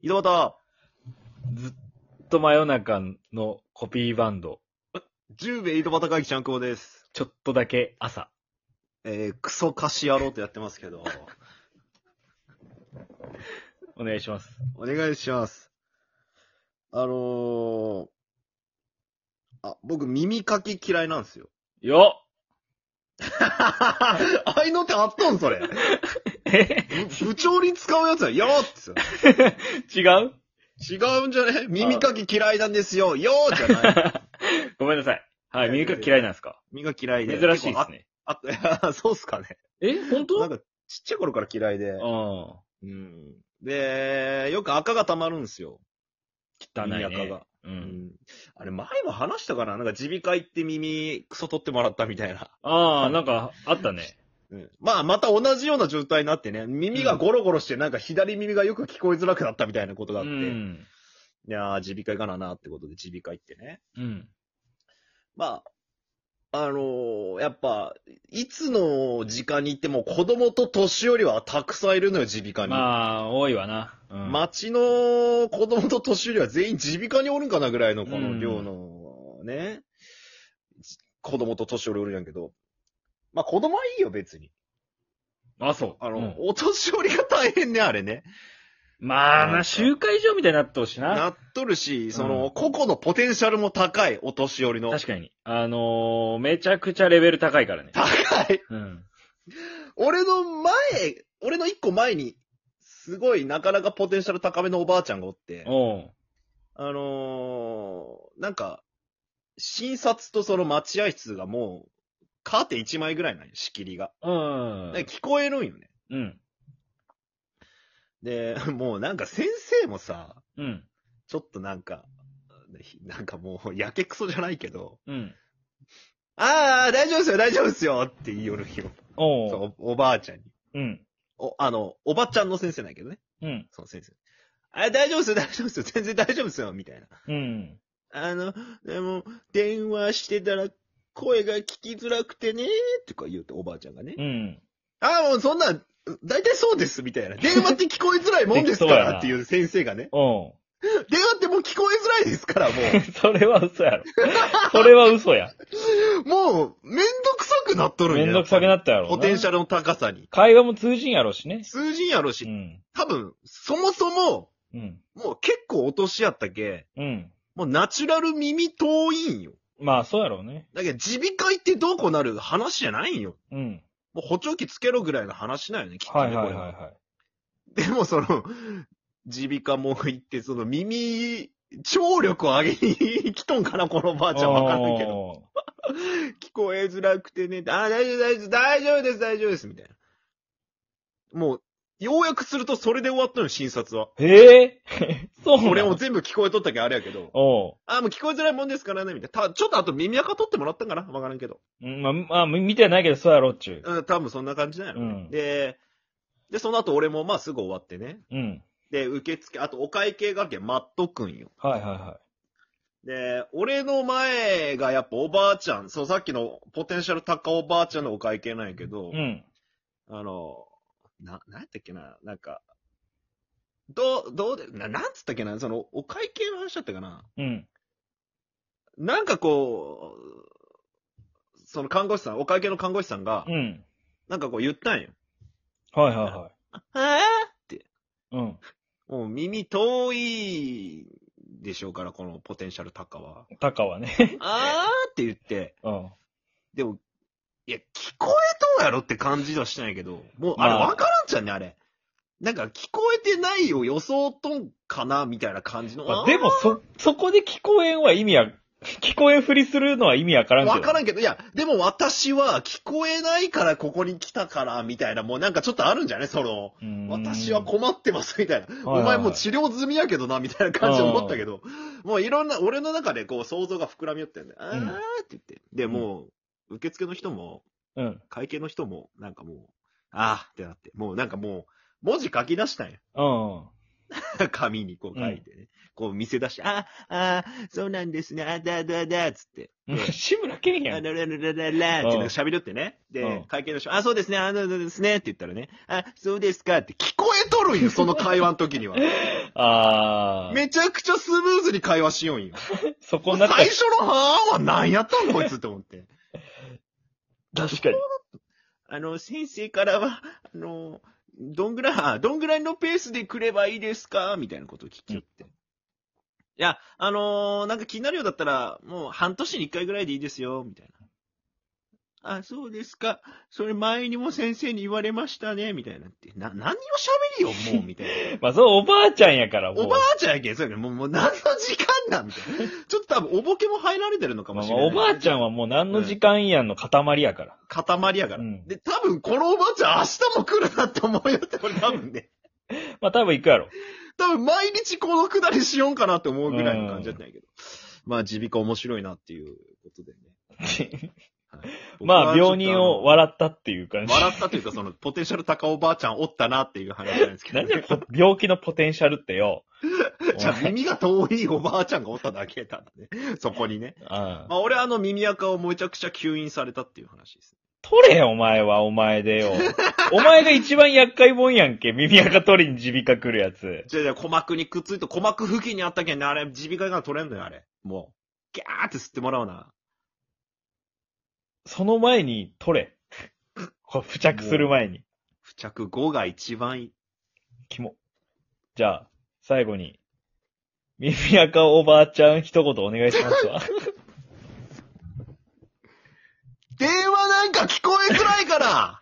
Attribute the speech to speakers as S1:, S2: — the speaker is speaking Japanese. S1: 井戸端、
S2: ずっと真夜中のコピーバンド、
S1: 10名井戸端会議ちゃんこです。
S2: ちょっとだけ朝。
S1: えー、クソ貸し野郎とやってますけど、
S2: お願いします。
S1: お願いします。あのー、あ、僕耳かき嫌いなんですよ。
S2: よ
S1: あいの手あったんそれ。
S2: っえ
S1: 部部長に使うやつは、よーっ
S2: 違う
S1: つ違うんじゃね耳かき嫌いなんですよ、よーじゃない。
S2: ごめんなさい。は
S1: いやいや
S2: い、
S1: い
S2: 耳
S1: や
S2: かき嫌いなんですか
S1: 耳が嫌い
S2: 珍
S1: で。
S2: しいですね。
S1: あ。あそうっすかね。
S2: え本
S1: なん
S2: 当
S1: か、ちっちゃい頃から嫌いで。
S2: うん。
S1: うん。で、よく赤が溜まるんですよ。
S2: 汚いね。
S1: 耳垢が。
S2: う。
S1: うんん。あれ、前も話したかななんか、耳鼻科行って耳、クソ取ってもらったみたいな。
S2: ああ、なんか、あったね。
S1: うん。まあ、また同じような状態になってね、耳がゴロゴロして、なんか左耳がよく聞こえづらくなったみたいなことがあ
S2: う
S1: って、い
S2: ん。
S1: やー、耳鼻科行かななってことで、耳鼻科行ってね。
S2: うん。
S1: まあ、あのーやっぱ、いつの時間に行っても子供と年寄りはたくさんいるのよ、耳鼻科に。
S2: まあ、多いわな。うん。
S1: 町の子供と年寄りは全員耳鼻科におるんかなぐらいのこの量の、ね、じ子供と年寄りおるんやけど。まあ子供はいいよ、別に。
S2: あ、そう。
S1: あ
S2: う
S1: の、
S2: ん
S1: お年寄りが大変ね、あれね。
S2: ま
S1: な
S2: あ
S1: ん
S2: な、
S1: か
S2: 集会所みたいになってほしいな。
S1: なっとるし、その、
S2: うん
S1: 個々のポテンシャルも高い、お年寄りの。
S2: 確かに。あのー、めちゃくちゃレベル高いからね。
S1: 高い。
S2: うん。
S1: 俺の前、俺の一個前に、すごいなかなかポテンシャル高めのおばあちゃんがおって、
S2: おう。
S1: あのー、なんか、診察とその待合室がもう、カーテン1枚ぐらいなんよ、仕切りが。
S2: うん
S1: で。聞こえるんよね。
S2: うん。
S1: で、 もうなんか先生もさ、
S2: うん。
S1: ちょっとなんか、なんかもう、やけくそじゃないけど、
S2: うん。
S1: ああ、大丈夫ですよ、大丈夫ですよって言いよるよ。
S2: おう。
S1: そうおおばあちゃんに。
S2: うん。
S1: お、あの、おばちゃんの先生なんやけどね。
S2: うん。
S1: その先生。あ、大丈夫ですよ、大丈夫ですよ、全然大丈夫ですよ、みたいな。
S2: うん。
S1: あの、でも、電話してたら声が聞きづらくてね、とか言うて、おばあちゃんがね。
S2: うん。
S1: ああ、もうそんな、大体そうです、みたいな。電話って聞こえづらいもんですか
S2: 適当や
S1: ら、
S2: な
S1: っていう先生がね。
S2: おう。
S1: 電話ってもう聞こえづらいですから、も
S2: それは嘘 やろ。それは嘘や。
S1: う。もう、めんどくさくなっとるんや
S2: めんどくさくな
S1: っ
S2: ったや
S1: と
S2: ろうな。
S1: ポテンシャルの高さに。
S2: 会話も通じんやろしね。
S1: 通じんやろ
S2: う
S1: し、
S2: ん。
S1: 多分、そもそも、
S2: うん。
S1: もう結構落としやったけ、
S2: うん。
S1: もうナチュラル耳遠いんよ。
S2: まあ、そうやろうね。
S1: だけど、耳鼻科行ってどうこうなる話じゃないんよ。
S2: うん。
S1: もう補聴器つけろぐらいの話なんよね、きっとね、
S2: はいはいはい
S1: これ
S2: は
S1: でもその、耳鼻科も行って、その耳、聴力を上げに来とんかな、このおばあ
S2: い。
S1: ちゃん。わからんけど。
S2: ど。
S1: 聞こえづらくてね。あ、大丈夫、大丈夫、大丈夫です、大丈夫です、みたいな。もう、ようやくするとそれで終わったのよ、診察は。
S2: へえ そうなの
S1: 俺も全部聞こえとったけどあれやけど。
S2: おう。
S1: あ、もう聞こえづらいもんですからね、みたいな。た、ちょっとあと耳垢取ってもらったんかなわからんけど。
S2: うんまあ、まあ、見てはないけど、そうやろっちゅう。
S1: うん、多分そんな感じなんやろ、ね
S2: うん
S1: で、で、その後俺もまあすぐ終わってね。
S2: うん。
S1: で、受付、あとお会計がけ待っとくんよ。
S2: はいはいは
S1: で、俺の前がやっぱおばあちゃん、そうさっきのポテンシャル高おばあちゃんのお会計なんやけど、
S2: い。うん。
S1: あの、な、なんやったっけな、なんか、どう、どうで、な、なんつったっけな、その、お会計の話だったかな。
S2: うん。
S1: なんかこう、その看護師さん、お会計の看護師さんが
S2: う、ん。
S1: なんかこう言ったんよ。
S2: はいはいは
S1: えーって。
S2: い。うん。
S1: もう耳遠いでしょうから、このポテンシャル高は。
S2: タカはね。
S1: あーって言って、
S2: うん。
S1: でも、いや、聞こえとうやろって感じはしたんやけど、もう、あれ、
S2: まあ
S1: わからんじゃんね、あれ。なんか、聞こえてないを装っとんかな、みたいな感じの。
S2: ま
S1: あ
S2: あ、
S1: ー
S2: でも、そ、そこで聞こえんは意味は、 聞こえんふりするのは意味わからんけど。
S1: わからんけど、いや、でも私は聞こえないからここに来たから、みたいな、もうなんかちょっとあるんじゃねその、
S2: ん
S1: 私は困ってます、みたいな。
S2: はい
S1: お前もう治療済みやけどな、みたいな感じで思ったけど、もういろんな、俺の中でこう想像が膨らみよったよね。あ
S2: うん
S1: ーって言って。で、もう、受付の人も、
S2: うん。
S1: 会計の人も、なんかもう、ああってなって、もうなんかもう、文字書き出したんや。
S2: うん。
S1: 紙にこう書いてね。こう見せ出して、ああ、ああ、そうなんですね、あだだだ、つって。
S2: 志村けん
S1: あ
S2: やん。
S1: だだだだだだってなんか喋りよってね。
S2: うん
S1: で、会計の人、あそうです ね、あだだですね、って言ったらね、あそうですかって聞こえとるんよ、その会話の時には。
S2: あー。
S1: めちゃくちゃスムーズに会話しよんよ。
S2: そこにな
S1: 最
S2: ったら
S1: 初のはーんは何やったんこいつって思って。
S2: 確かに。
S1: あの、先生からは、あの、どんぐらい、どんぐらいのペースで来ればいいですかみたいなことを聞きよって。いや、あのーなんか気になるようだったら、もう半年に一回ぐらいでいいですよ、みたいな。あ、そうですか。それ前にも先生に言われましたね、みたいなって。な、何を喋 りよ、もう、みたいな。
S2: まあ、そうおばあちゃんやから、もう。
S1: おばあちゃんやけん、そうやけど、もう、もう何の時間なんみたいな。ちょっと多分、おぼけも入られてるのかも
S2: まあ
S1: し
S2: ま
S1: れ
S2: あ
S1: ない。
S2: おばあちゃんはもう何の時間やんの塊やから。
S1: 塊やから。
S2: うん
S1: で、多分、このおばあちゃん明日も来るなって思うよって、俺多分ね。
S2: まあ、多分行くやろ。
S1: 多分、毎日このくだりしようかなって思うぐらいの感じだったんやけど。まあ、耳鼻科面白いなっていうことでね。
S2: まあ、病人を
S1: 笑
S2: 笑ったっていう感じ。
S1: 笑ったというか、その、ポテンシャル高おばあちゃんおったなっていう話なんですけど、
S2: 何や、ポ病気のポテンシャルってよ。
S1: じゃあ耳が遠いおばあちゃんがおっただけだね。そこにね。
S2: あ
S1: まあ、俺はあの耳垢をめちゃくちゃ吸引されたっていう話です。
S2: 取れよ、お前は、お前でよ。お前が一番厄介もんやんけ。耳垢取りに耳鼻科来るやつ。
S1: じゃあじゃあ鼓膜にくっついて、鼓膜付近にあったけんね、あれ、耳鼻科が取れんのよ、あれ。もう。ギャーって吸ってもらうな。
S2: その前に取れ。こう付着する前に。
S1: 付着後が一番いい。
S2: キモ。じゃあ、最後に。耳垢おばあちゃん一言お願いしますわ。
S1: 電話なんか聞こえづらいから